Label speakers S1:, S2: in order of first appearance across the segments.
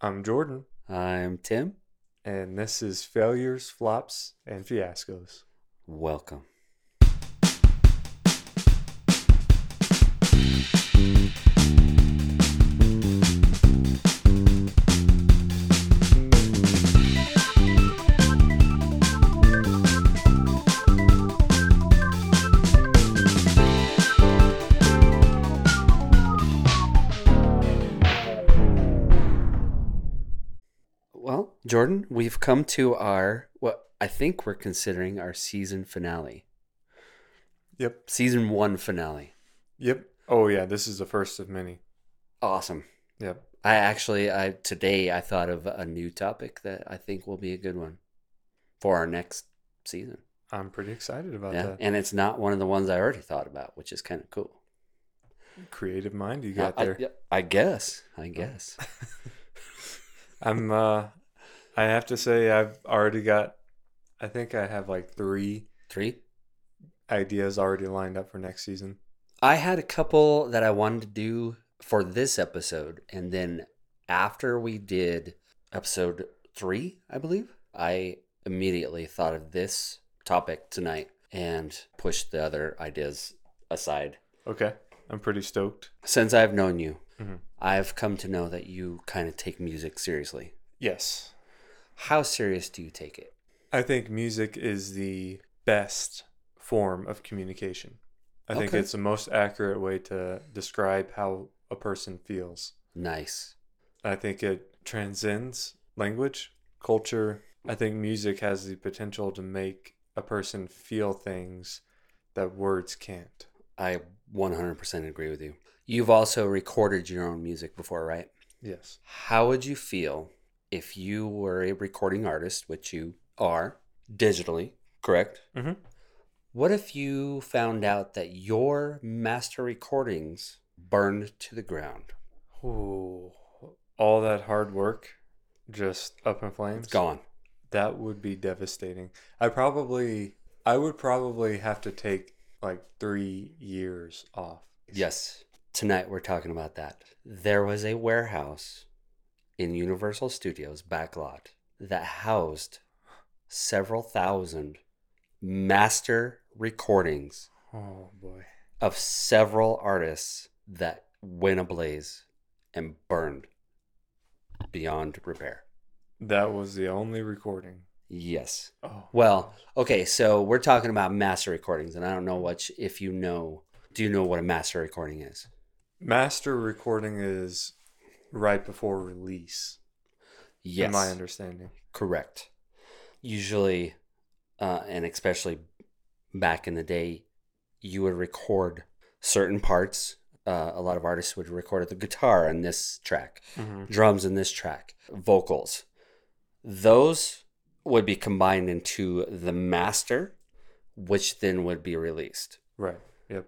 S1: I'm Jordan,
S2: I'm Tim.
S1: and this is Failures, Flops, and Fiascos.
S2: Welcome. Well, Jordan, we've come to our what I think we're considering our season finale.
S1: Yep,
S2: Season 1 finale.
S1: yep. Oh, yeah, this is the first of many.
S2: Awesome.
S1: Yep.
S2: I actually I today I thought of a new topic that I think will be a good one for our next season.
S1: I'm pretty excited about
S2: Yeah.
S1: that.
S2: And it's not one of the ones I already thought about, which is kind of cool.
S1: Creative mind you
S2: Yeah,
S1: got
S2: I,
S1: there.
S2: yeah, I guess. I guess.
S1: I'm, uh, I have to say, I've already got, I think I have like three
S2: 3
S1: ideas already lined up for next season.
S2: I had a couple that I wanted to do for this episode. And then after we did episode three, I believe, I immediately thought of this topic tonight and pushed the other ideas aside.
S1: Okay, I'm pretty stoked.
S2: Since I've known you,
S1: Mhm.
S2: I've come to know that you kind of take music seriously.
S1: Yes,
S2: How serious do you take it?
S1: I think music is the best form of communication. I think
S2: Okay.
S1: it's the most accurate way to describe how a person feels.
S2: Nice.
S1: I think it transcends language, culture. I think music has the potential to make a person feel things that words can't.
S2: I 100% agree with you. You've also recorded your own music before, right?
S1: Yes.
S2: How would you feel if you were a recording artist, which you are digitally, correct?
S1: Mhm.
S2: What if you found out that your master recordings burned to the ground?
S1: Ooh, all that hard work just up in flames.
S2: It's gone.
S1: That would be devastating. I probably, I would probably have to take like three years off.
S2: Yes. Tonight we're talking about that. There was a warehouse in Universal Studios backlot that housed several thousand master recordings
S1: Oh boy.
S2: of several artists that went ablaze and burned beyond repair.
S1: That was the only recording.
S2: Yes.
S1: Oh.
S2: Well, okay, so we're talking about master recordings, and I don't know what if you know. Do you know what a master recording is?
S1: Master recording is right before release.
S2: Yes,
S1: In my understanding.
S2: correct. Usually, uh, and especially back in the day, you would record certain parts. Uh, a lot of artists would record the guitar on this track,
S1: Mm-hmm.
S2: drums in this track, vocals. Those would be combined into the master, which then would be released.
S1: Right. Yep.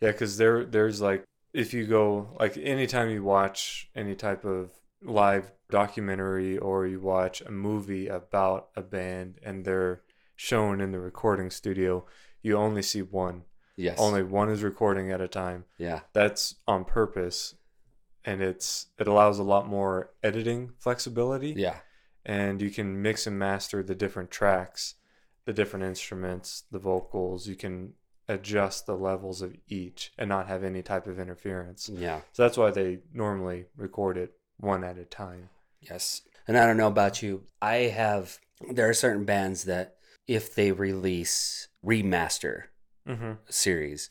S1: Yeah, because there there's like if you go like anytime you watch any type of live documentary or you watch a movie about a band and they're shown in the recording studio, you only see one.
S2: Yes.
S1: Only one is recording at a time.
S2: yeah.
S1: That's on purpose and it's it allows a lot more editing flexibility.
S2: Yeah.
S1: and you can mix and master the different tracks, the different instruments, the vocals. You can adjust the levels of each and not have any type of interference.
S2: Yeah.
S1: So that's why they normally record it one at a time.
S2: Yes. And I don't know about you. I have there are certain bands that if they release remaster
S1: Mm-hmm.
S2: series,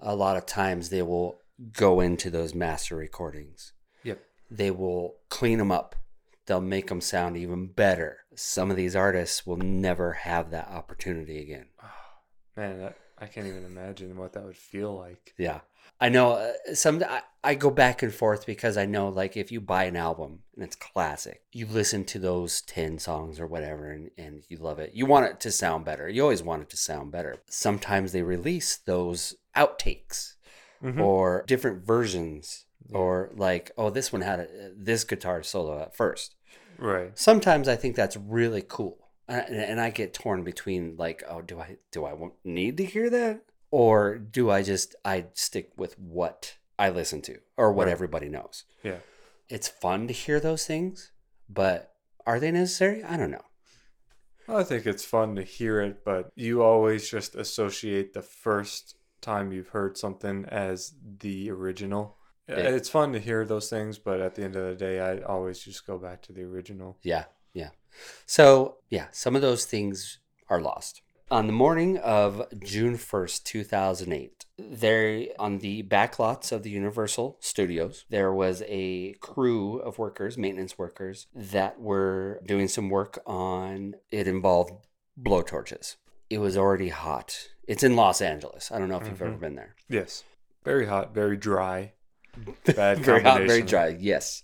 S2: a lot of times they will go into those master recordings.
S1: Yep.
S2: They will clean them up. They'll make them sound even better. Some of these artists will never have that opportunity again.
S1: Man, that, I can't even imagine what that would feel like.
S2: Yeah. I know uh, some I, I go back and forth because I know like if you buy an album and it's classic, you listen to those 10 songs or whatever and, and you love it. You want it to sound better. You always want it to sound better. Sometimes they release those outtakes
S1: Mhm.
S2: or different versions
S1: Yeah.
S2: or like oh this one had a, this guitar solo at first.
S1: Right.
S2: Sometimes I think that's really cool. And, and I get torn between like oh do I do I want- need to hear that or do I just I stick with what I listen to or what
S1: Right.
S2: everybody knows.
S1: Yeah.
S2: It's fun to hear those things, but are they necessary? I don't know.
S1: I think it's fun to hear it, but you always just associate the first time you've heard something as the original. Uh,
S2: Yeah.
S1: It's fun to hear those things, but at the end of the day, I always just go back to the original.
S2: Yeah, yeah. So, yeah, some of those things are lost. On the morning of June 1st, 2008, there on the back lots of the Universal Studios, there was a crew of workers, maintenance workers, that were doing some work on it involved blowtorches. It was already hot. It's in Los Angeles. I don't know if you've
S1: Mhm.
S2: ever been there.
S1: Yes. Very hot, very dry. Bad
S2: very hot, very
S1: combination.
S2: dry. Yes.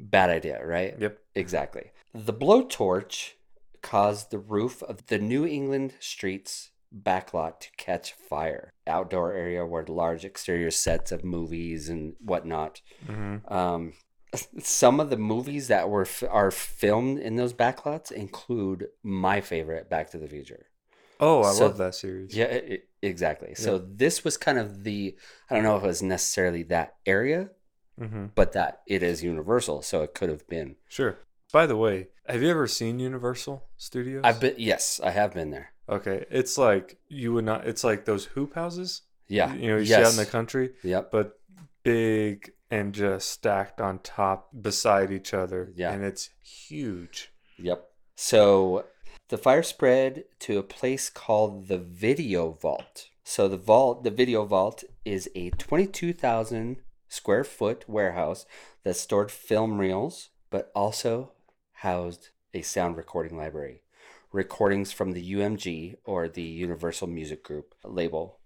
S2: Bad idea, right?
S1: Yep.
S2: Exactly. The blowtorch caused the roof of the New England streets backlot to catch fire. Outdoor area where large exterior sets of movies and whatnot.
S1: hmm
S2: Um, some of the movies that were f- are filmed in those backlots include my favorite, Back to the Future.
S1: Oh, I
S2: So-
S1: love that series.
S2: Yeah, e- e- exactly. So this was kind of the I don't know if it was necessarily that area,
S1: hmm
S2: but that it is universal, so it could have been.
S1: Sure. By the way, have you ever seen Universal Studios?
S2: I've been yes, I have been there.
S1: Okay. It's like you would not, it's like those hoop houses.
S2: Yeah.
S1: You know, you
S2: yes.
S1: see out in the country,
S2: Yep.
S1: but big and just stacked on top beside each other.
S2: Yeah.
S1: And it's huge.
S2: Yep. So the fire spread to a place called the Video Vault. So the vault, the Video Vault, is a 22,000 square foot warehouse that stored film reels, but also housed a sound recording library. Recordings from the UMG or the Universal Music Group label,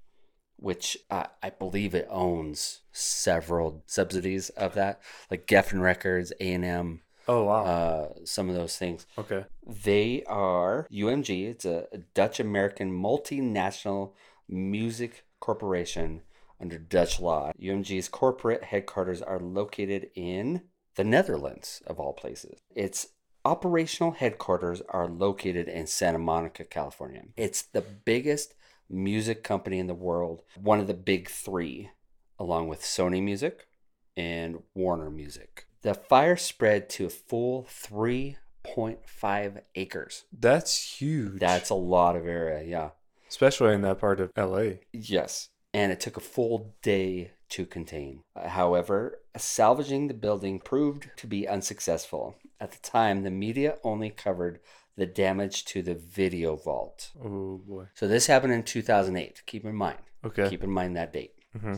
S2: which I, I believe it owns several subsidies of that, like Geffen Records, A and M,
S1: Oh, wow.
S2: uh, some of those things.
S1: okay.
S2: They are UMG. It's a Dutch American multinational music corporation under Dutch law. UMG's corporate headquarters are located in the Netherlands, of all places. Its operational headquarters are located in Santa Monica, California. It's the biggest music company in the world, one of the big three, along with Sony Music and Warner Music. The fire spread to a full 3.5 acres.
S1: That's huge.
S2: That's a lot of area, yeah.
S1: especially in that part of LA.
S2: Yes. And it took a full day to contain. Uh, However, salvaging the building proved to be unsuccessful. At the time, the media only covered the damage to the video vault.
S1: Oh boy.
S2: So this happened in 2008. Keep in mind.
S1: Okay.
S2: Keep in mind that date.
S1: hmm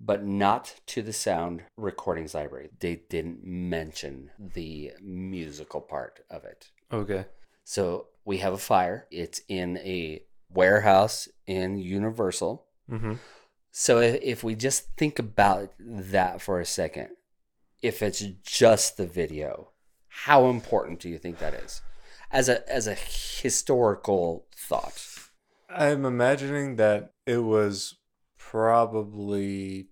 S2: but not to the sound recordings library. They didn't mention the musical part of it.
S1: Okay.
S2: So we have a fire. It's in a warehouse in Universal.
S1: hmm
S2: So if, if we just think about that for a second, if it's just the video, how important do you think that is? As a as a historical thought.
S1: I'm imagining that it was probably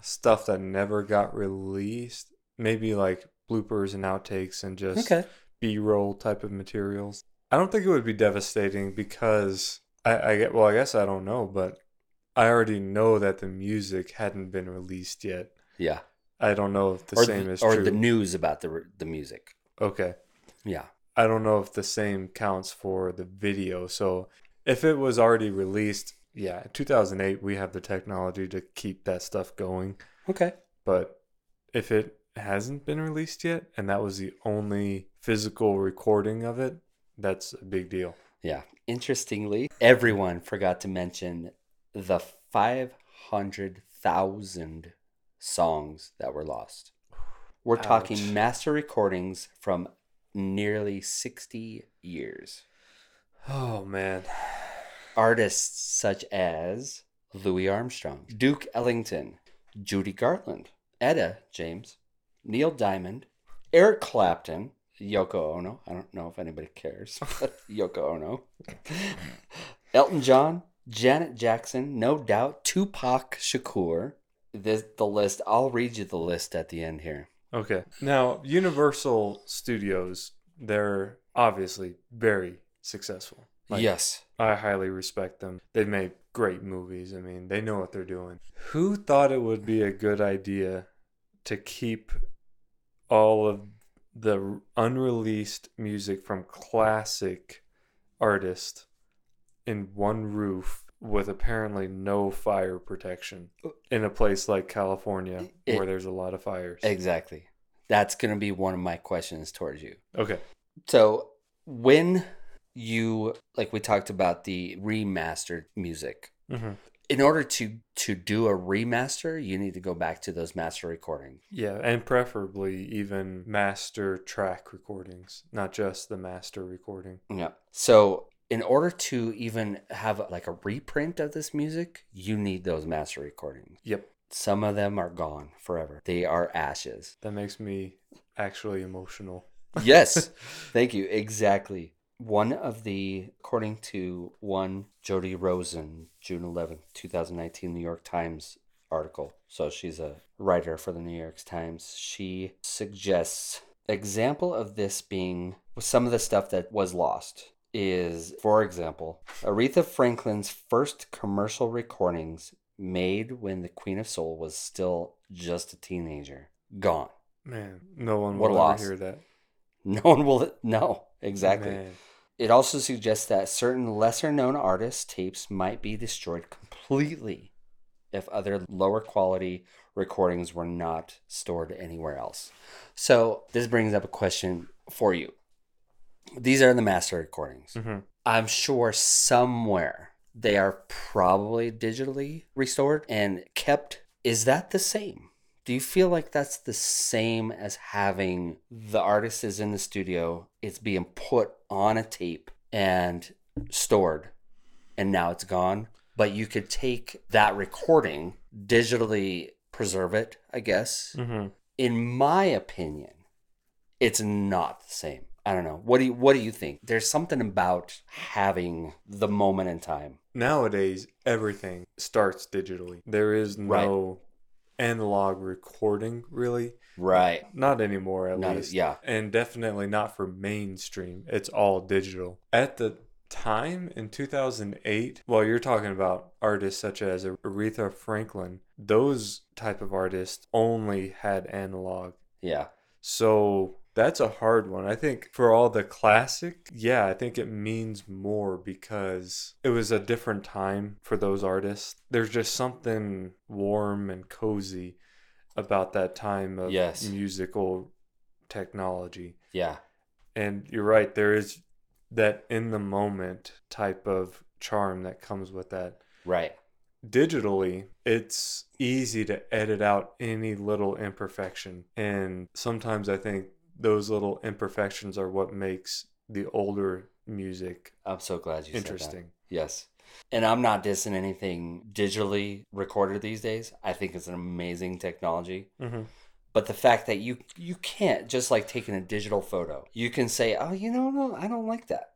S1: stuff that never got released. Maybe like bloopers and outtakes and just
S2: Okay.
S1: B-roll type of materials. I don't think it would be devastating because I, I get well. I guess I don't know, but I already know that the music hadn't been released yet.
S2: Yeah.
S1: I don't know if the
S2: or
S1: same
S2: the,
S1: is
S2: or
S1: true.
S2: the news about the the music.
S1: okay.
S2: Yeah.
S1: I don't know if the same counts for the video. So if it was already released, yeah, 2008, we have the technology to keep that stuff going.
S2: Okay.
S1: But if it hasn't been released yet, and that was the only physical recording of it, that's a big deal.
S2: Yeah. Interestingly, everyone forgot to mention the 500,000 songs that were lost. We're
S1: Ouch.
S2: talking master recordings from nearly 60 years.
S1: Oh, man.
S2: Artists such as Louis Armstrong, Duke Ellington, Judy Garland, Etta James, Neil Diamond, Eric Clapton, Yoko Ono. I don't know if anybody cares, but Yoko Ono. Elton John, Janet Jackson, no doubt, Tupac Shakur. This, the list, I'll read you the list at the end here.
S1: Okay. Now, Universal Studios, they're obviously very successful. Like,
S2: yes.
S1: I highly respect them. They make great movies. I mean, they know what they're doing. Who thought it would be a good idea to keep all of the unreleased music from classic artists in one roof with apparently no fire protection in a place like California
S2: It-
S1: where there's a lot of fires.
S2: e, Exactly. That's going to be one of my questions towards you.
S1: Okay.
S2: So, when you like we talked about the remastered music,
S1: hmm
S2: in order to to do a remaster, you need to go back to those master recordings.
S1: Yeah, and preferably even master track recordings, not just the master recording.
S2: Yeah. So, in order to even have like a reprint of this music, you need those master recordings.
S1: Yep,
S2: Some of them are gone forever. They are ashes.
S1: that makes me actually emotional.
S2: Yes. Thank you. Exactly. One of the, according to one Jody Rosen, June 11th, 2019, New York Times article. So she's a writer for the New York Times. She suggests example of this being some of the stuff that was lost is, for example, Aretha Franklin's first commercial recordings made when the Queen of Soul was still just a teenager. Gone.
S1: Man, no one
S2: What a
S1: will
S2: loss.
S1: ever hear that.
S2: No one will. No, exactly.
S1: Man.
S2: It also suggests that certain lesser known artists' tapes might be destroyed completely if other lower quality recordings were not stored anywhere else. So, this brings up a question for you. These are the master recordings.
S1: Mhm.
S2: I'm sure somewhere they are probably digitally restored and kept. Is that the same? Do you feel like that's the same as having the artist is in the studio, it's being put on a tape and stored, and now it's gone? But you could take that recording, digitally preserve it, I guess.
S1: Mhm.
S2: In my opinion, it's not the same. I don't know. What do you what do you think? There's something about having the moment in time.
S1: Nowadays, everything starts digitally. There is
S2: Right.
S1: no analog recording, really.
S2: Right.
S1: Not anymore, at
S2: Not
S1: least.
S2: as, yeah.
S1: and definitely not for mainstream. It's all digital. At the time in 2008, well, you're talking about artists such as Aretha Franklin. Those type of artists only had analog.
S2: Yeah.
S1: So that's a hard one. I think for all the classic, yeah, I think it means more because it was a different time for those artists. There's just something warm and cozy about that time of
S2: Yes.
S1: musical technology.
S2: Yeah.
S1: And you're right, there is that in the moment type of charm that comes with that.
S2: Right.
S1: Digitally, it's easy to edit out any little imperfection. And sometimes I think those little imperfections are what makes the older music
S2: I'm so glad you said that.
S1: interesting.
S2: Yes. And I'm not dissing anything digitally recorded these days. I think it's an amazing technology.
S1: hmm
S2: But the fact that you you can't just like taking a digital photo. You can say, "Oh, you know, no, I don't like that."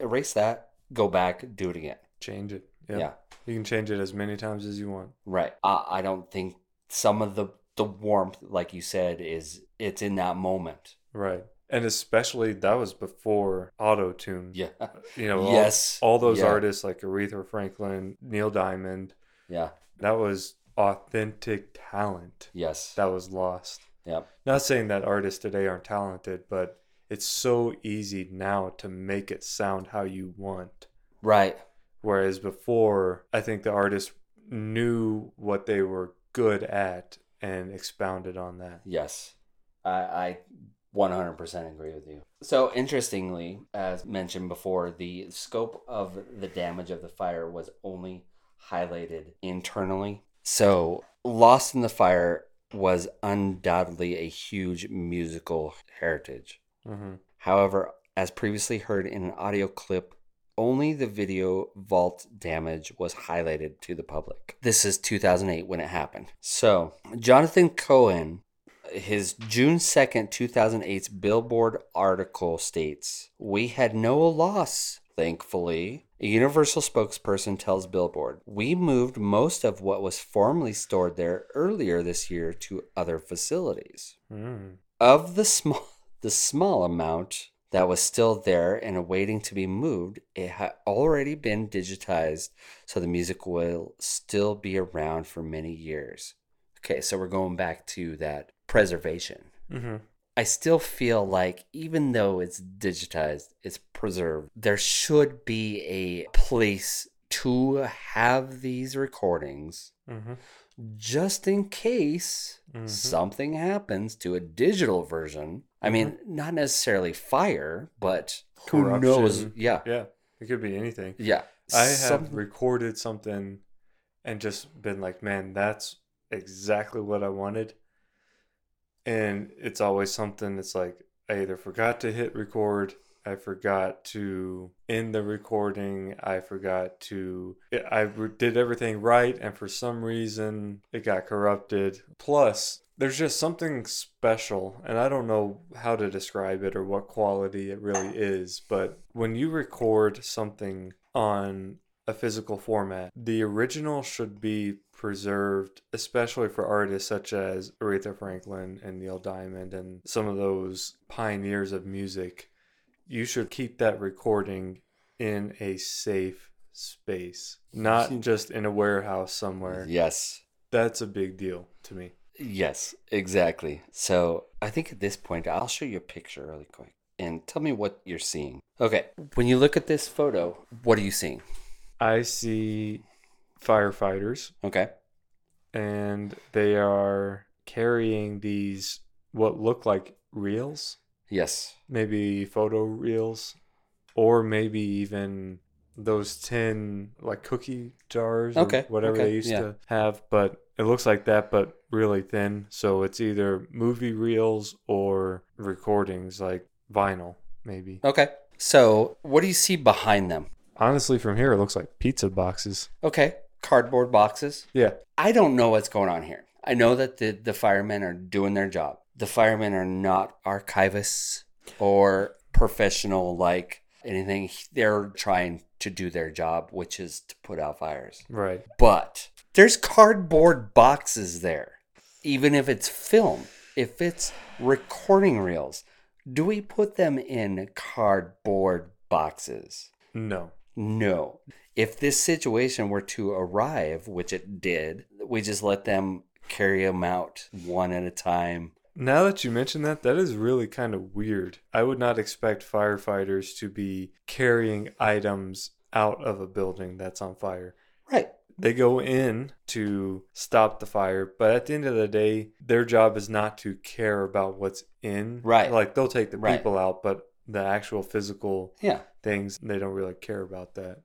S2: Erase that, go back, do it again.
S1: Change it. Yep.
S2: Yeah.
S1: You can change it as many times as you want.
S2: Right. I, I don't think some of the the warmth, like you said, is it's in that moment.
S1: Right. And especially that was before auto tune.
S2: Yeah.
S1: You know, all-
S2: yes.
S1: all those
S2: Yeah.
S1: artists like Aretha Franklin, Neil Diamond,
S2: Yeah.
S1: that was authentic talent
S2: Yes.
S1: that was lost.
S2: yep.
S1: Not saying that artists today aren't talented, but it's so easy now to make it sound how you want.
S2: Right.
S1: Whereas before, I think the artists knew what they were good at and expounded on that.
S2: Yes. I, I 100% agree with you. So, interestingly, as mentioned before, the scope of the damage of the fire was only highlighted internally. So, Lost in the Fire was undoubtedly a huge musical heritage.
S1: hmm
S2: However, as previously heard in an audio clip, only the video vault damage was highlighted to the public. This is 2008 when it happened. So, Jonathan Cohen, his June 2nd, 2008's Billboard article states, "We had no loss, thankfully." A Universal spokesperson tells Billboard, "We moved most of what was formerly stored there earlier this year to other facilities."
S1: Mm.
S2: of the small the small amount that was still there and awaiting to be moved it had already been digitized so the music will still be around for many years okay so we're going back to that preservation
S1: hmm
S2: I still feel like even though it's digitized, it's preserved, there should be a place to have these recordings
S1: Mm-hmm.
S2: just in case
S1: Mhm.
S2: something happens to a digital version. I mean, not necessarily fire, but who knows?
S1: Mm-hmm. Corruption.
S2: Yeah.
S1: Yeah, it could be anything.
S2: Yeah.
S1: I have
S2: Some-
S1: recorded something and just been like, man, that's exactly what I wanted. And it's always something that's like, I either forgot to hit record, I forgot to end the recording, I forgot to, I re- did everything right, and for some reason it got corrupted. Plus, there's just something special, and I don't know how to describe it or what quality it really is, but when you record something on a physical format. The original should be preserved, especially for artists such as Aretha Franklin and Neil Diamond and some of those pioneers of music. You should keep that recording in a safe space, not just in a warehouse somewhere.
S2: Yes.
S1: That's a big deal to me.
S2: Yes, exactly. So I think at this point, I'll show you a picture really quick and tell me what you're seeing. Okay. When you look at this photo, what are you seeing?
S1: I see firefighters
S2: Okay.
S1: and they are carrying these what look like reels.
S2: Yes.
S1: maybe photo reels or maybe even those 10 like cookie jars
S2: Okay,
S1: or whatever
S2: okay,
S1: they used
S2: yeah.
S1: to have but it looks like that but really thin so it's either movie reels or recordings like vinyl maybe
S2: Okay. So what do you see behind them?
S1: honestly from here it looks like pizza boxes
S2: Okay. Cardboard boxes.
S1: yeah
S2: I don't know what's going on here. I know that the, the firemen are doing their job. The firemen are not archivists or professional like anything. They're trying to do their job, which is to put out fires.
S1: right
S2: But there's cardboard boxes there, even if it's film, if it's recording reels. Do we put them in cardboard boxes?
S1: no
S2: No. If this situation were to arrive, which it did, we just let them carry them out one at a time.
S1: Now that you mention that, that is really kind of weird. I would not expect firefighters to be carrying items out of a building that's on fire.
S2: Right.
S1: They go in to stop the fire, but at the end of the day, their job is not to care about what's in.
S2: Right.
S1: Like they'll take the
S2: Right.
S1: people out, but the actual physical
S2: Yeah.
S1: things, they don't really care about that.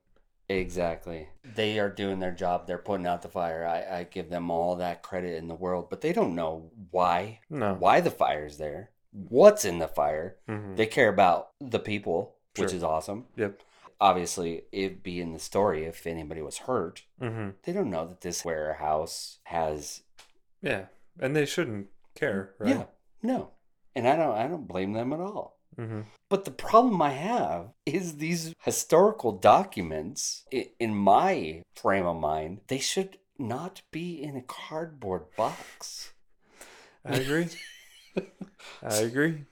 S2: Exactly. They are doing their job. They're putting out the fire. I, I give them all that credit in the world, but they don't know why
S1: No.
S2: why the fire's there, what's in the fire.
S1: Mhm.
S2: They care about the people, which
S1: Sure.
S2: is awesome.
S1: Yep.
S2: Obviously, it'd be in the story if anybody was hurt.
S1: hmm
S2: They don't know that this warehouse has
S1: Yeah. And they shouldn't care, right?
S2: yeah no, and I don't I don't blame them at all.
S1: hmm
S2: But the problem I have is these historical documents, i- in my frame of mind, they should not be in a cardboard box.
S1: I agree. I agree.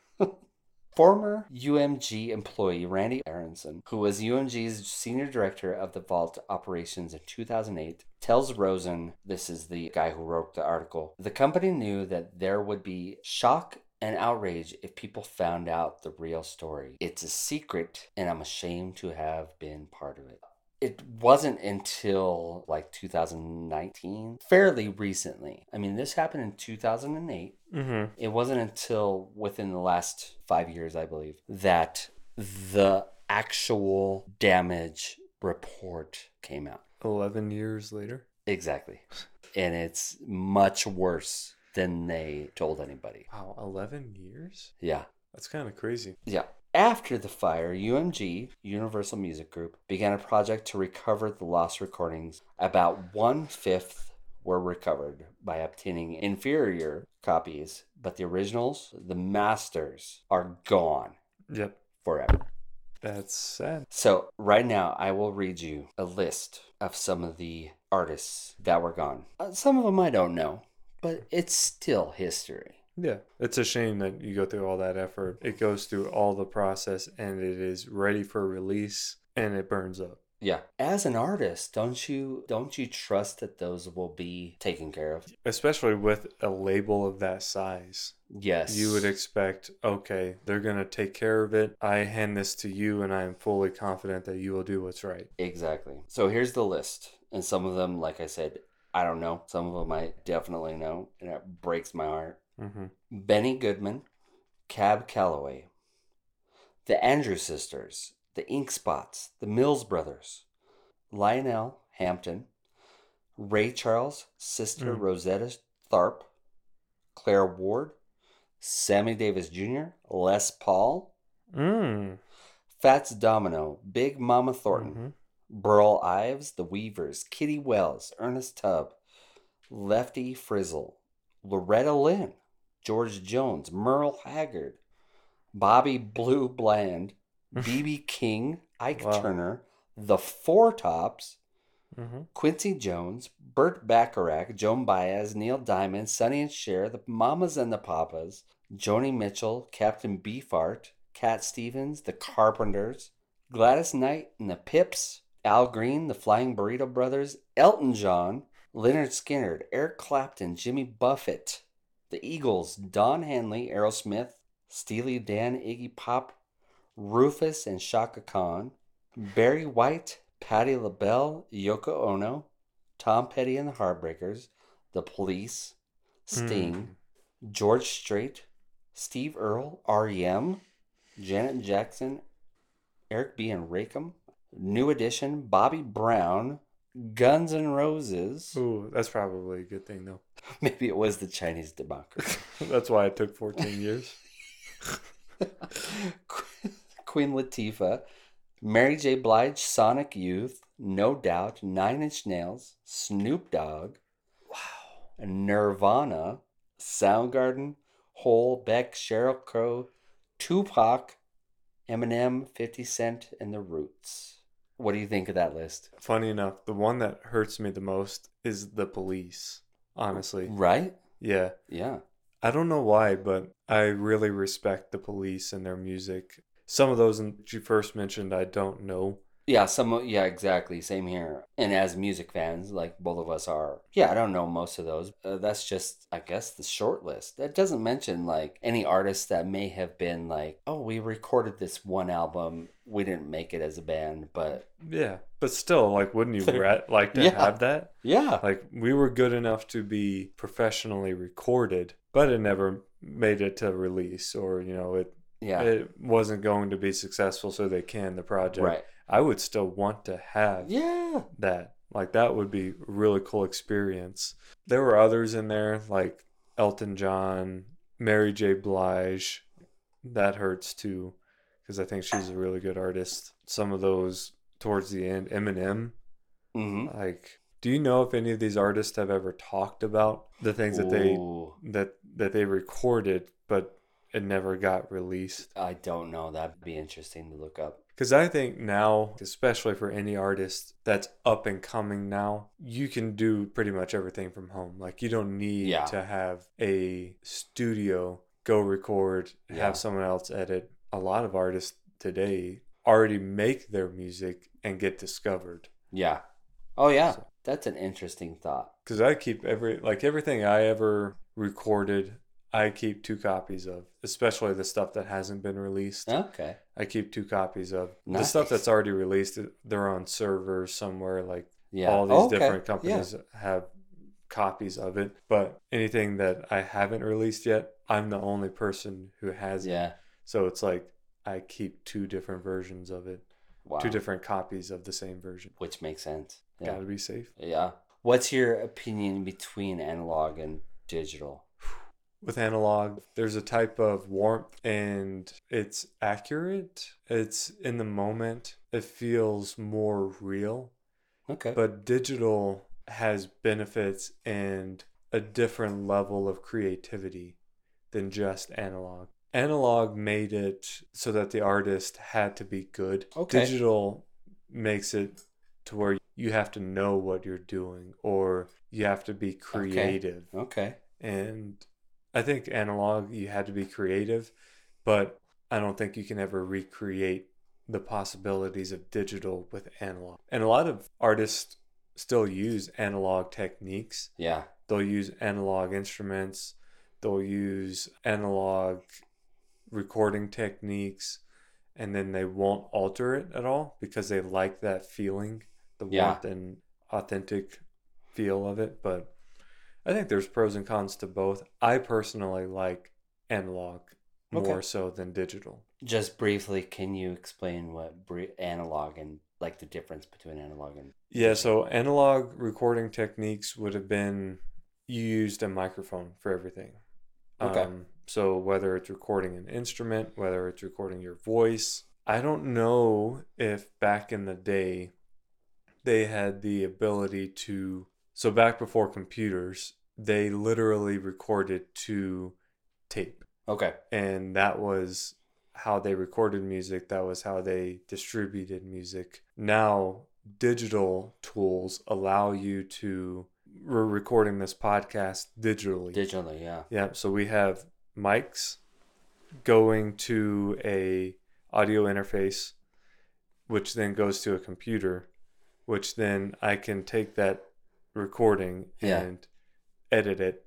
S2: Former UMG employee Randy Aronson, who was UMG's senior director of the vault operations in 2008, tells Rosen, this is the guy who wrote the article, the company knew that there would be shock and outrage if people found out the real story. It's a secret, and I'm ashamed to have been part of it. It wasn't until like 2019, fairly recently. I mean, this happened in 2008.
S1: hmm
S2: It wasn't until within the last five years, I believe, that the actual damage report came out.
S1: 11 years later.
S2: Exactly. And it's much worse than they told anybody.
S1: Wow, 11 years?
S2: Yeah.
S1: That's kind of crazy.
S2: Yeah. After the fire, UMG, Universal Music Group, began a project to recover the lost recordings. About one fifth were recovered by obtaining inferior copies, but the originals, the masters, are gone
S1: Yep.
S2: forever.
S1: That's sad.
S2: So, right now, I will read you a list of some of the artists that were gone. Uh, Some of them I don't know, but it's still history.
S1: Yeah. It's a shame that you go through all that effort. It goes through all the process and it is ready for release and it burns up.
S2: Yeah. As an artist, don't you don't you trust that those will be taken care of?
S1: especially with a label of that size.
S2: Yes.
S1: You would expect, okay, they're going to take care of it. I hand this to you, and I am fully confident that you will do what's right.
S2: Exactly. So here's the list. And some of them, like I said, I don't know. Some of them I definitely know, and it breaks my heart.
S1: Mm-hmm.
S2: Benny Goodman, Cab Calloway, the Andrew Sisters, the Ink Spots, the Mills Brothers, Lionel Hampton, Ray Charles, Sister
S1: Mm.
S2: Rosetta Tharp, Claire Ward, Sammy Davis Jr., Les Paul,
S1: Mm.
S2: Fats Domino, Big Mama Thornton,
S1: Mhm.
S2: Burl Ives, The Weavers, Kitty Wells, Ernest Tubb, Lefty Frizzle, Loretta Lynn, George Jones, Merle Haggard, Bobby Blue Bland, BB King, Ike
S1: Wow.
S2: Turner, The Four Tops,
S1: Mhm.
S2: Quincy Jones, Burt Bacharach, Joan Baez, Neil Diamond, Sonny and Cher, The Mamas and the Papas, Joni Mitchell, Captain Beefheart, Cat Stevens, The Carpenters, Gladys Knight and the Pips, Al Green, The Flying Burrito Brothers, Elton John, Leonard Skinner, Eric Clapton, Jimmy Buffett, The Eagles, Don Henley, Aerosmith, Steely Dan, Iggy Pop, Rufus and Shaka Khan, Barry White, Patti LaBelle, Yoko Ono, Tom Petty and the Heartbreakers, The Police,
S1: Hmm.
S2: Sting, George Strait, Steve Earle, REM, Janet Jackson, Eric B. and Rakem, New Edition, Bobby Brown, Guns N' Roses.
S1: Mm. Ooh, that's probably a good thing, though.
S2: Maybe it was the Chinese Democracy.
S1: that's why it took 14 years.
S2: Queen Latifah, Mary J. Blige, Sonic Youth, No Doubt, Nine Inch Nails, Snoop Dogg,
S1: Wow.
S2: Nirvana, Soundgarden, Hole, Beck, Cheryl Crow, Tupac, Eminem, 50 Cent, and The Roots. What do you think of that list?
S1: Funny enough, the one that hurts me the most is the police, honestly.
S2: Right?
S1: Yeah.
S2: Yeah.
S1: I don't know why, but I really respect the police and their music. Some of those that you first mentioned, I don't know.
S2: Yeah, some yeah, exactly. Same here. And as music fans, like both of us are, yeah, I don't know most of those. Uh, that's just, I guess, the short list. That doesn't mention like any artists that may have been like, oh, we recorded this one album, we didn't make it as a band, but
S1: Yeah, but still, like, wouldn't you
S2: They're-
S1: ra- like to
S2: Yeah.
S1: have that?
S2: yeah,
S1: Like, we were good enough to be professionally recorded, but it never made it to release, or you know, it
S2: yeah,
S1: it wasn't going to be successful, so they canned the project.
S2: right,
S1: I would still want to have
S2: yeah,
S1: that. Like that would be a really cool experience. There were others in there like Elton John, Mary J. Blige. That hurts too because I think she's a really good artist. Some of those towards the end, Eminem.
S2: mm-hmm.
S1: Like, do you know if any of these artists have ever talked about the things that they
S2: Ooh,
S1: that that they recorded but it never got released?
S2: I don't know. That'd be interesting to look up.
S1: Because I think now, especially for any artist that's up and coming now, you can do pretty much everything from home. Like, you don't need
S2: Yeah.
S1: to have a studio, go record,
S2: Yeah.
S1: have someone else edit. A lot of artists today already make their music and get discovered.
S2: Yeah. Oh yeah,
S1: So-
S2: that's an interesting thought.
S1: Because I keep every, like, everything I ever recorded, I keep two copies of, especially the stuff that hasn't been released.
S2: Okay.
S1: I keep two copies of the stuff
S2: Nice.
S1: that's already released. uh, They're on servers somewhere. Like
S2: Yeah. Oh,
S1: all these
S2: Okay.
S1: different
S2: Yeah.
S1: companies have copies of it. But anything that I haven't released yet, I'm the only person who has it.
S2: Yeah.
S1: So it's like I keep two different versions of it,
S2: Wow.
S1: two different copies of the same version.
S2: Which makes sense. Yeah.
S1: Gotta be safe.
S2: Yeah. What's your opinion between analog and digital?
S1: With analog, there's a type of warmth and it's accurate. It's in the moment. It feels more real.
S2: Okay.
S1: but digital has benefits and a different level of creativity than just analog. Analog made it so that the artist had to be good.
S2: Okay.
S1: Digital makes it to where you have to know what you're doing or you have to be creative.
S2: okay.
S1: And I think analog, you had to be creative, but I don't think you can ever recreate the possibilities of digital with analog. And a lot of artists still use analog techniques.
S2: Yeah.
S1: They'll use analog instruments, they'll use analog recording techniques, and then they won't alter it at all because they like that feeling, the
S2: Yeah.
S1: warmth and authentic feel of it. But I think there's pros and cons to both. I personally like analog
S2: Okay.
S1: more so than digital.
S2: Just briefly, can you explain what bre- analog and like the difference between analog and
S1: Yeah, so analog recording techniques would have been you used a microphone for everything.
S2: Okay.
S1: Um, so whether it's recording an instrument, whether it's recording your voice, I don't know if back in the day they had the ability to. So back before computers, they literally recorded to tape
S2: Okay.
S1: and that was how they recorded music that was how they distributed music now digital tools allow you to we're recording this podcast digitally
S2: Digitally, yeah.
S1: yeah so we have mics going to a audio interface which then goes to a computer which then i can take that recording
S2: Yeah.
S1: and edit it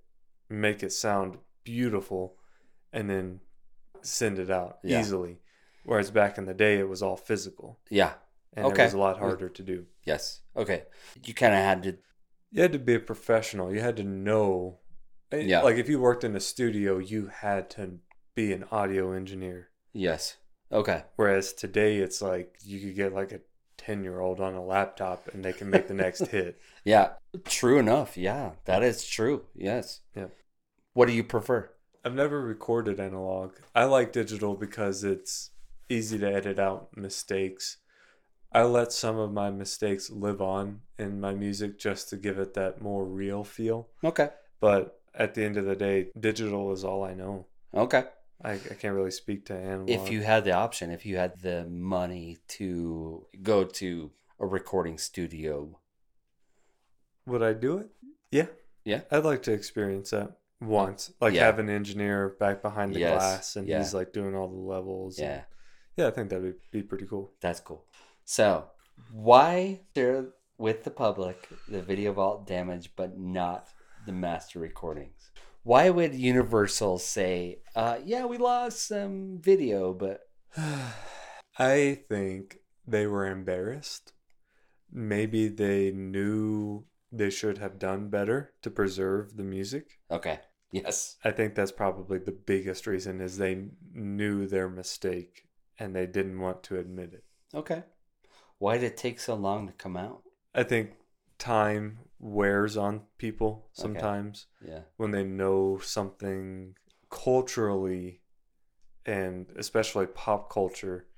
S1: make it sound beautiful and then send it out
S2: Yeah.
S1: easily whereas back in the day it was all physical
S2: Yeah.
S1: and
S2: Okay.
S1: it was a lot harder to do
S2: Yes. Okay. You kind of had to.
S1: you had to be a professional. You had to know. Eh,
S2: Yeah.
S1: Like if you worked in a studio, you had to be an audio engineer.
S2: Yes. Okay.
S1: Whereas today, it's like you could get like a 10 year old on a laptop and they can make the next hit.
S2: Yeah. True enough. Yeah. That is true. Yes.
S1: Yeah.
S2: What do you prefer?
S1: I've never recorded analog. I like digital because it's easy to edit out mistakes. I let some of my mistakes live on in my music just to give it that more real feel.
S2: Okay.
S1: But at the end of the day, digital is all I know.
S2: Okay.
S1: I, I can't really speak to analog.
S2: If you had the option, if you had the money to go to a recording studio,
S1: Would I do it? Yeah.
S2: Yeah.
S1: I'd like to experience that once. Like
S2: Yeah.
S1: have an engineer back behind the
S2: Yes.
S1: glass and
S2: Yeah.
S1: he's like doing all the levels. and-
S2: yeah,
S1: yeah, I think that would be pretty cool.
S2: that's cool. So, why share with the public the video vault damage, but not the master recordings? Why would Universal say, uh, "Yeah, we lost some video, but
S1: I think they were embarrassed. Maybe they knew they should have done better to preserve the music.
S2: okay, yes,
S1: I think that's probably the biggest reason is they knew their mistake and they didn't want to admit it.
S2: okay." Why did it take so long to come out?
S1: I think time wears on people
S2: Okay.
S1: sometimes
S2: Yeah,
S1: when they know something culturally and especially pop culture.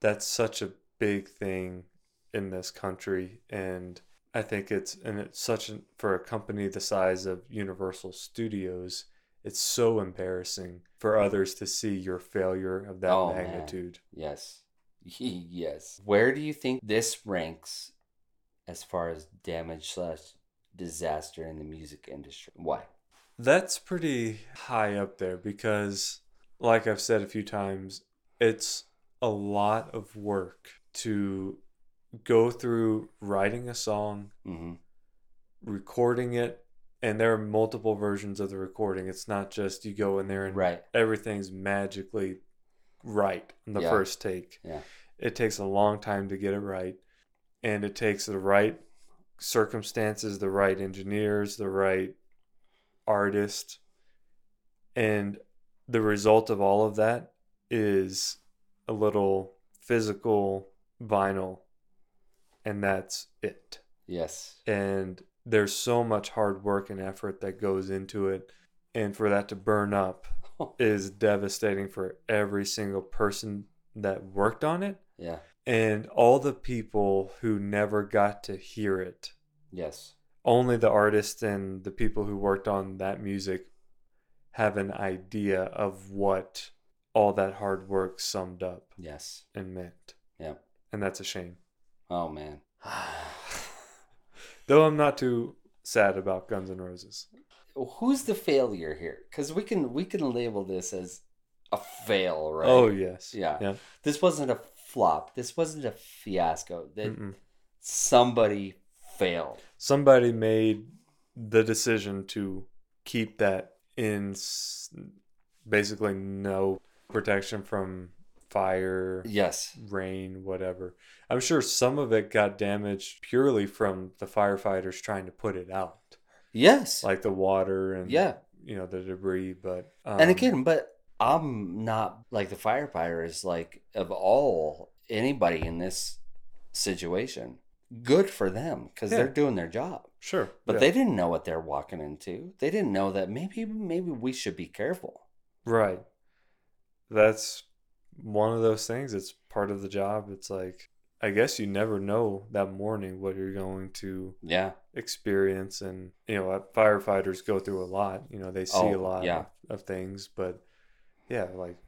S1: That's such a big thing in this country and I think it's and it's such an, for a company the size of Universal Studios, it's so embarrassing for others to see your failure of that
S2: Oh, man.
S1: magnitude.
S2: Yes. yes. Where do you think this ranks as far as damage slash disaster in the music industry? Why?
S1: That's pretty high up there because, like I've said a few times, it's a lot of work to go through writing a song,
S2: Mm-hmm.
S1: recording it, and there are multiple versions of the recording. It's not just you go in there and
S2: Right.
S1: everything's magically right in the
S2: Yeah.
S1: first take.
S2: Yeah.
S1: It takes a long time to get it right, and it takes the right circumstances, the right engineers, the right artist, and the result of all of that is a little physical vinyl, and that's it
S2: Yes.
S1: and there's so much hard work and effort that goes into it and for that to burn up is devastating for every single person that worked on it
S2: Yeah.
S1: and all the people who never got to hear it
S2: Yes.
S1: only the artists and the people who worked on that music have an idea of what all that hard work summed up
S2: Yes.
S1: and meant
S2: Yeah.
S1: and that's a shame
S2: Oh man.
S1: though i'm not too sad about guns n' roses
S2: Who's the failure here? Because we can we can label this as a fail, right?
S1: oh yes
S2: Yeah.
S1: yeah
S2: This wasn't a flop. This wasn't a fiasco. That
S1: Mm-mm.
S2: somebody failed.
S1: Somebody made the decision to keep that in s- basically no protection from fire,
S2: Yes.
S1: rain, whatever. I'm sure some of it got damaged purely from the firefighters trying to put it out,
S2: Yes.
S1: like the water and
S2: yeah.
S1: you know the debris. But um,
S2: and again, but I'm not like the firefighters. Like of all anybody in this situation, good for them because
S1: Yeah.
S2: they're doing their job.
S1: sure,
S2: But
S1: yeah.
S2: they didn't know what they're walking into. They didn't know that maybe maybe we should be careful.
S1: Right. That's one of those things. It's part of the job. It's like, I guess you never know that morning what you're going to
S2: Yeah.
S1: experience. And, you know, firefighters go through a lot. You know, they see a
S2: Oh,
S1: lot
S2: yeah.
S1: of, of things. But yeah, like,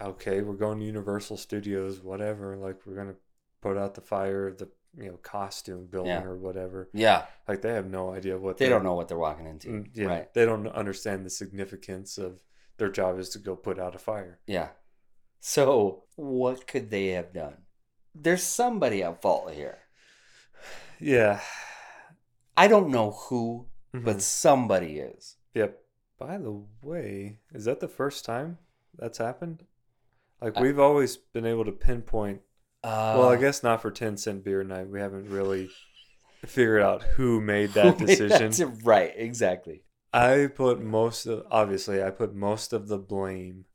S1: okay, we're going to Universal Studios, whatever. Like, we're going to put out the fire of the, you know, costume building
S2: Yeah.
S1: or whatever.
S2: Yeah.
S1: Like, they have no idea what
S2: They
S1: they're-
S2: don't know what they're walking into.
S1: Mm, Yeah.
S2: Right.
S1: They don't understand the significance of their job is to go put out a fire.
S2: Yeah. So what could they have done? There's somebody at fault here.
S1: Yeah.
S2: I don't know who, but
S1: Mhm.
S2: somebody is.
S1: yep. By the way, is that the first time that's happened? Like
S2: I-
S1: we've always been able to pinpoint.
S2: Uh,
S1: well, I guess not for ten cent beer night. We haven't really figured out who made that
S2: who made
S1: decision.
S2: de- right. Exactly.
S1: I put most of obviously I put most of the blame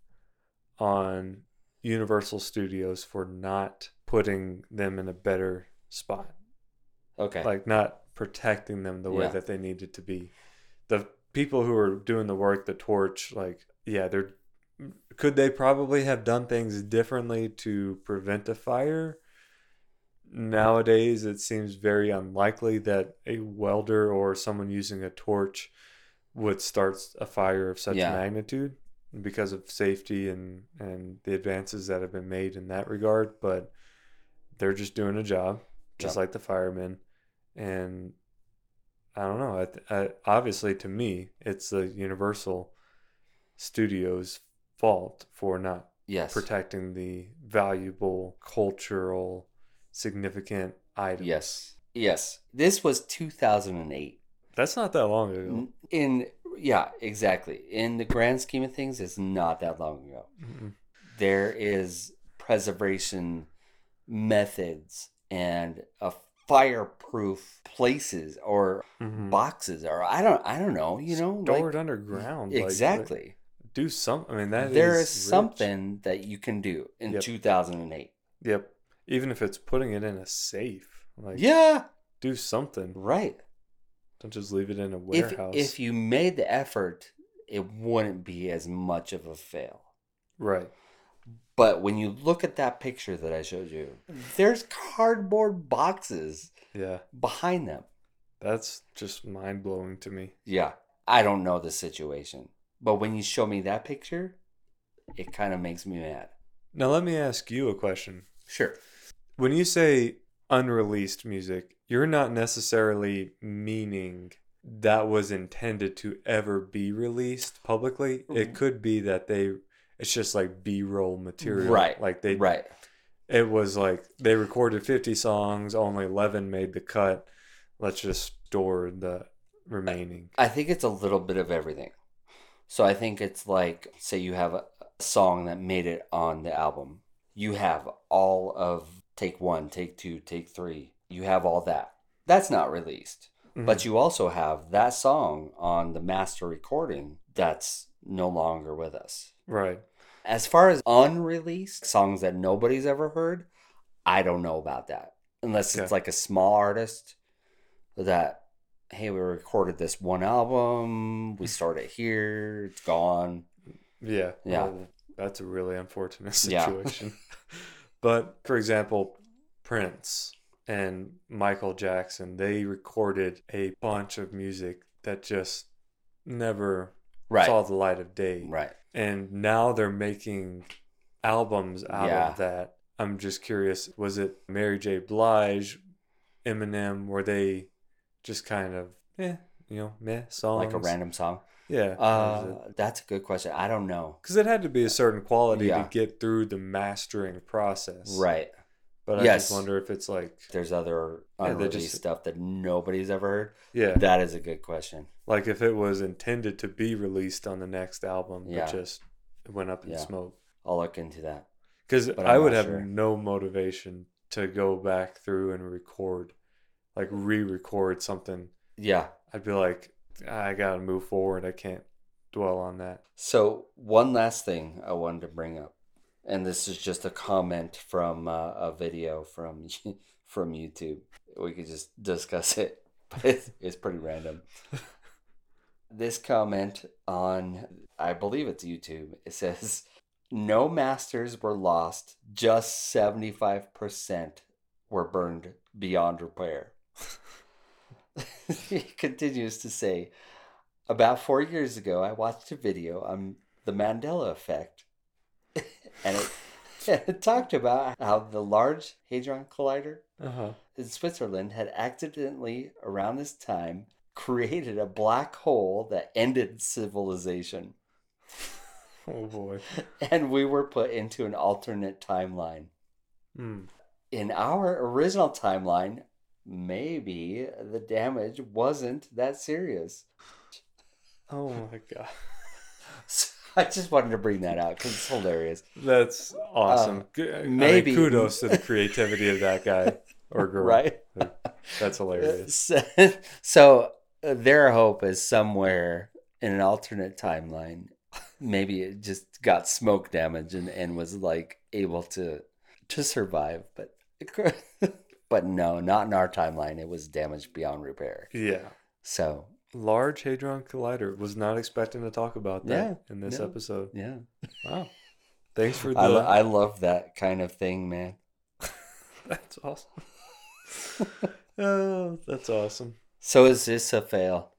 S1: on Universal Studios for not putting them in a better spot.
S2: Okay.
S1: like not protecting them the way
S2: Yeah.
S1: that they needed to be. The people who are doing the work, the torch, like yeah, they're could they probably have done things differently to prevent a fire? Nowadays, it seems very unlikely that a welder or someone using a torch would start a fire of such
S2: Yeah.
S1: magnitude because of safety and and the advances that have been made in that regard. But they're just doing a job, just
S2: Yeah.
S1: like the firemen, and I don't know. I, th- I, obviously, to me, it's the Universal Studios' fault for not
S2: yes.
S1: protecting the valuable cultural significant items.
S2: Yes. Yes. This was 2008.
S1: That's not that long ago.
S2: In yeah, exactly. In the grand scheme of things, it's not that long ago.
S1: Mhm.
S2: There is preservation methods and a fireproof places or
S1: Mhm.
S2: boxes or I don't I don't know, you know, like-
S1: stored underground. like,
S2: Exactly.
S1: like, do some. I mean, that
S2: there
S1: is
S2: is,
S1: rich.
S2: something that you can do in
S1: Yep.
S2: 2008.
S1: Yep. Even if it's putting it in a safe, like
S2: yeah,
S1: do something.
S2: right.
S1: Don't just leave it in a
S2: If
S1: warehouse.
S2: if you made the effort, it wouldn't be as much of a fail.
S1: right.
S2: But when you look at that picture that I showed you, there's cardboard boxes
S1: Yeah.
S2: behind them.
S1: That's just mind blowing to me.
S2: Yeah, I don't know the situation. But when you show me that picture, it kind of makes me mad.
S1: Now let me ask you a question.
S2: Sure.
S1: When you say unreleased music, you're not necessarily meaning that was intended to ever be released publicly.
S2: Mm-hmm.
S1: It could be that they it's just like B-roll material.
S2: Right,
S1: Like they
S2: right.
S1: it was like they recorded 50 songs, only 11 made the cut. Let's just store the remaining.
S2: I think it's a little bit of everything. So I think it's like, say you have a a song that made it on the album. You have all of take one, take two, take three. You have all that. That's not released.
S1: Hmm.
S2: But you also have that song on the master recording that's no longer with us.
S1: Mm-hmm. right.
S2: As far as unreleased songs that nobody's ever heard, I don't know about that. Unless it's
S1: Okay.
S2: like a small artist that, hey, we recorded this one album,
S1: Hmm.
S2: we started here, it's gone.
S1: Yeah.
S2: Yeah.
S1: Well, that's a really unfortunate
S2: Yeah.
S1: situation. but for example, Prince and Michael Jackson, they recorded a bunch of music that just never
S2: Right.
S1: saw the light of day.
S2: Right.
S1: And now they're making albums out
S2: Yeah.
S1: of that. I'm just curious, was it Mary J. Blige, Eminem, were they just kind of eh, you know, meh songs?
S2: Like a random song.
S1: Yeah. was it-
S2: Uh, that's a good question. I don't know.
S1: because it had to be a certain quality
S2: Yeah.
S1: to get through the mastering process.
S2: Right.
S1: But I
S2: Yes.
S1: just wonder if it's like
S2: There's other
S1: Yeah, they
S2: unreleased
S1: just-
S2: stuff that nobody's ever heard.
S1: yeah,
S2: That is a good question.
S1: like if it was intended to be released on the next album,
S2: Yeah.
S1: but just it went up in
S2: Yeah.
S1: smoke.
S2: I'll look into that.
S1: Because
S2: But
S1: I
S2: I'm
S1: would
S2: not
S1: have
S2: sure.
S1: no motivation to go back through and record, like re-record something.
S2: Yeah.
S1: I'd be like, I gotta move forward. I can't dwell on that.
S2: So one last thing I wanted to bring up, and this is just a comment from uh, a video from from YouTube. We could just discuss it, but it's, it's pretty random. this comment on, I believe it's YouTube. It says, "No masters were lost. Just seventy five percent were burned beyond repair." he continues to say. About four years ago, I watched a video on the Mandela effect, and it, and it talked about how the Large Hadron Collider
S1: Uh huh.
S2: in Switzerland had accidentally, around this time, created a black hole that ended civilization,
S1: Oh boy.
S2: and we were put into an alternate timeline.
S1: Mm.
S2: in our original timeline, maybe the damage wasn't that serious.
S1: Oh my god.
S2: So I just wanted to bring that out because it's hilarious.
S1: That's awesome. G- I mean,
S2: Um, maybe-
S1: kudos to the creativity of that guy or girl.
S2: Right?
S1: That's hilarious.
S2: So, so uh, their hope is somewhere in an alternate timeline. Maybe it just got smoke damage and, and was like able to to survive, but but no, not in our timeline. It was damaged beyond repair.
S1: Yeah.
S2: So
S1: Large Hadron Collider. Was not expecting to talk about that in this
S2: no.
S1: episode.
S2: yeah,
S1: Wow. Thanks for the.
S2: I, lo- I love that kind of thing, man.
S1: that's awesome. oh, that's awesome.
S2: So is this a fail?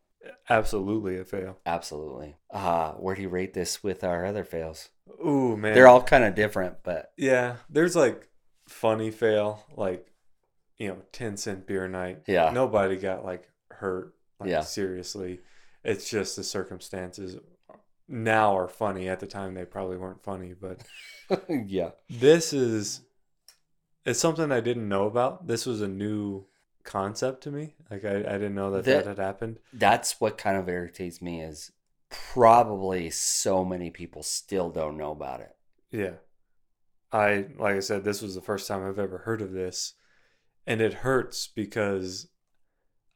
S1: Absolutely a fail.
S2: Absolutely. Uh, where do you rate this with our other fails?
S1: Ooh man.
S2: They're all kind of different, but
S1: Yeah, there's like funny fail, like you know, ten cent beer night.
S2: yeah,
S1: Nobody got like hurt. Like,
S2: Ah. Yeah.
S1: Seriously, it's just the circumstances now are funny. At the time, they probably weren't funny, but
S2: yeah,
S1: this is it's something I didn't know about. This was a new concept to me. Like I, I didn't know that
S2: That-
S1: that had happened.
S2: that's what kind of irritates me is probably so many people still don't know about it.
S1: Yeah. I like I said, this was the first time I've ever heard of this. And it hurts because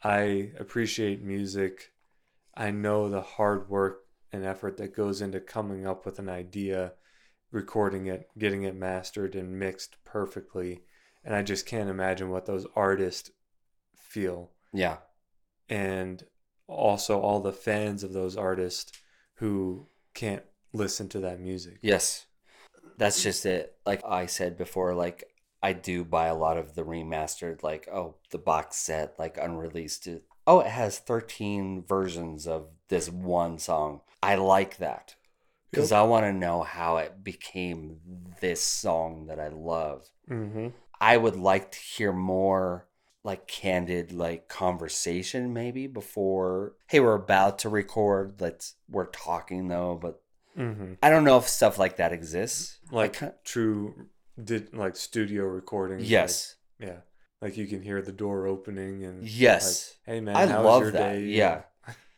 S1: I appreciate music. I know the hard work and effort that goes into coming up with an idea, recording it, getting it mastered and mixed perfectly. And I just can't imagine what those artists feel
S2: Yeah,
S1: and also all the fans of those artists who can't listen to that music.
S2: yes, that's just it. Like I said before, like I do buy a lot of the remastered, like oh the box set, like unreleased. It, oh, it has thirteen versions of this one song. I like that. because I want to know how it became this song that I love.
S1: Mm-hmm.
S2: I would like to hear more like candid like conversation maybe before hey we're about to record let's we're talking though but
S1: Mm-hmm.
S2: I don't know if stuff like that exists
S1: like
S2: kin-
S1: true did like studio recording
S2: yes
S1: yeah like you can hear the door opening and
S2: yes
S1: like, hey man
S2: I
S1: how was
S2: love
S1: your
S2: that
S1: day
S2: yeah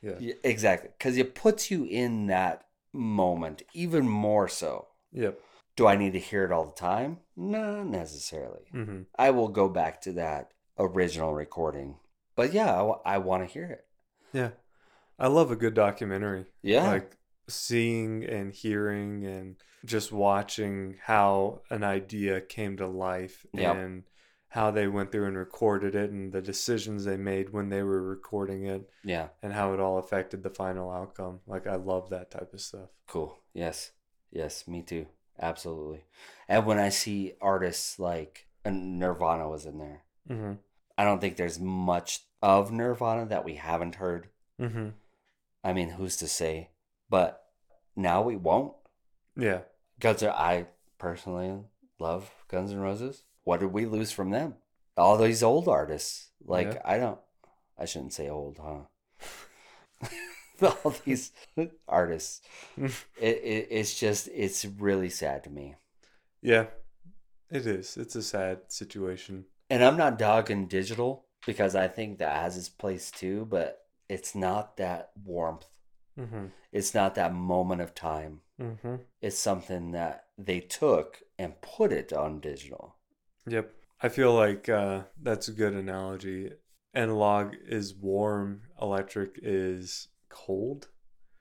S1: yeah
S2: yeah exactly cuz it puts you in that moment even more so
S1: yep
S2: do I need to hear it all the time not necessarily
S1: hmm
S2: I will go back to that original recording. But yeah, I, want to hear it.
S1: yeah i love a good documentary
S2: Yeah.
S1: like seeing and hearing and just watching how an idea came to life
S2: Yep.
S1: and how they went through and recorded it and the decisions they made when they were recording it
S2: yeah.
S1: and how it all affected the final outcome like i love that type of stuff
S2: Cool. Yes. Yes. Me too. Absolutely. And when I see artists like and Nirvana was in there,
S1: mm-hmm.
S2: I don't think there's much of Nirvana that we haven't heard.
S1: Mm-hmm.
S2: I mean, who's to say? But now we won't.
S1: yeah
S2: Guns N' I personally love Guns N' Roses. What did we lose from them? All these old artists. Like
S1: Yeah.
S2: I don't I shouldn't say old, huh? All these artists. it, it it's just it's really sad to me.
S1: Yeah. It is. It's a sad situation.
S2: And I'm not dogging digital because I think that has its place too, but it's not that warmth.
S1: Mm-hmm.
S2: It's not that moment of time.
S1: Mm-hmm.
S2: It's something that they took and put it on digital.
S1: Yep. I feel like uh, that's a good analogy. Analog is warm, electric is cold.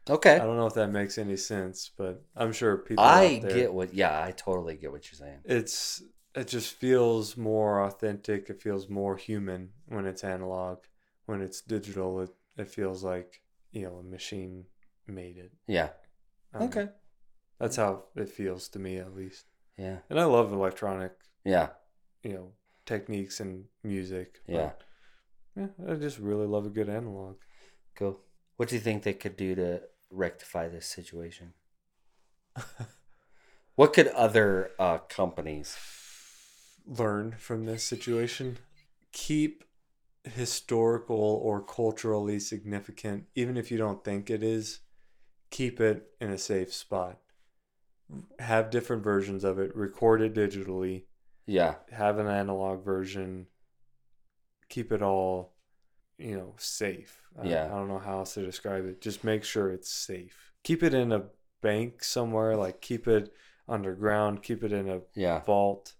S1: I
S2: Okay.
S1: don't know if that makes any sense, but I'm sure people.
S2: I
S1: out there-
S2: get what, yeah, I totally get what you're saying.
S1: it's it just feels more authentic it feels more human when it's analog when it's digital it, it feels like you know a machine made it
S2: Yeah.
S1: I don't know. that's how it feels to me at least
S2: Yeah.
S1: and i love electronic
S2: Yeah.
S1: you know techniques and music but,
S2: Yeah.
S1: yeah i just really love a good analog
S2: Cool. What do you think they could do to rectify this situation? what could other uh, companies?
S1: learn from this situation keep historical or culturally significant even if you don't think it is keep it in a safe spot have different versions of it recorded digitally
S2: Yeah.
S1: have an analog version keep it all you know safe I-
S2: Yeah.
S1: I, don't know how else to describe it just make sure it's safe keep it in a bank somewhere like keep it underground keep it in a
S2: Yeah.
S1: vault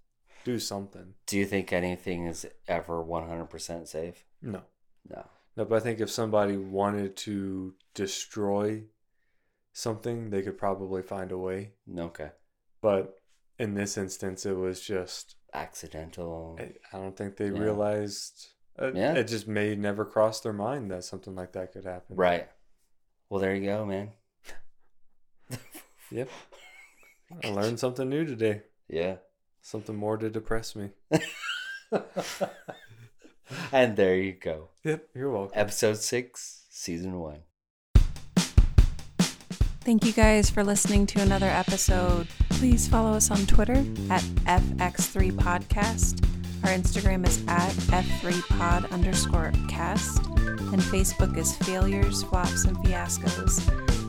S1: do something
S2: Do you think anything is ever 100% safe?
S1: No.
S2: No.
S1: No, but I think if somebody wanted to destroy something, they could probably find a way.
S2: Okay.
S1: But in this instance, it was just,
S2: Accidental.
S1: I I don't think they
S2: Yeah.
S1: realized. It,
S2: Yeah.
S1: it just may never cross their mind that something like that could happen.
S2: Right. Well, there you go, man.
S1: Yep. I learned something new today.
S2: Yeah.
S1: Something more to depress me.
S2: and there you go.
S1: Yep. You're welcome.
S2: Episode six, season one.
S3: Thank you guys for listening to another episode. Please follow us on Twitter at FX3Podcast. Our Instagram is at F3Pod underscore cast. And Facebook is Failures, Flops, and Fiascos.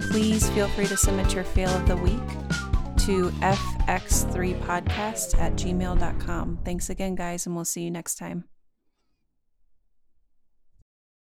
S3: Please feel free to submit your fail of the week to FX3Podcast at gmail.com. Thanks again, guys, and we'll see you next time.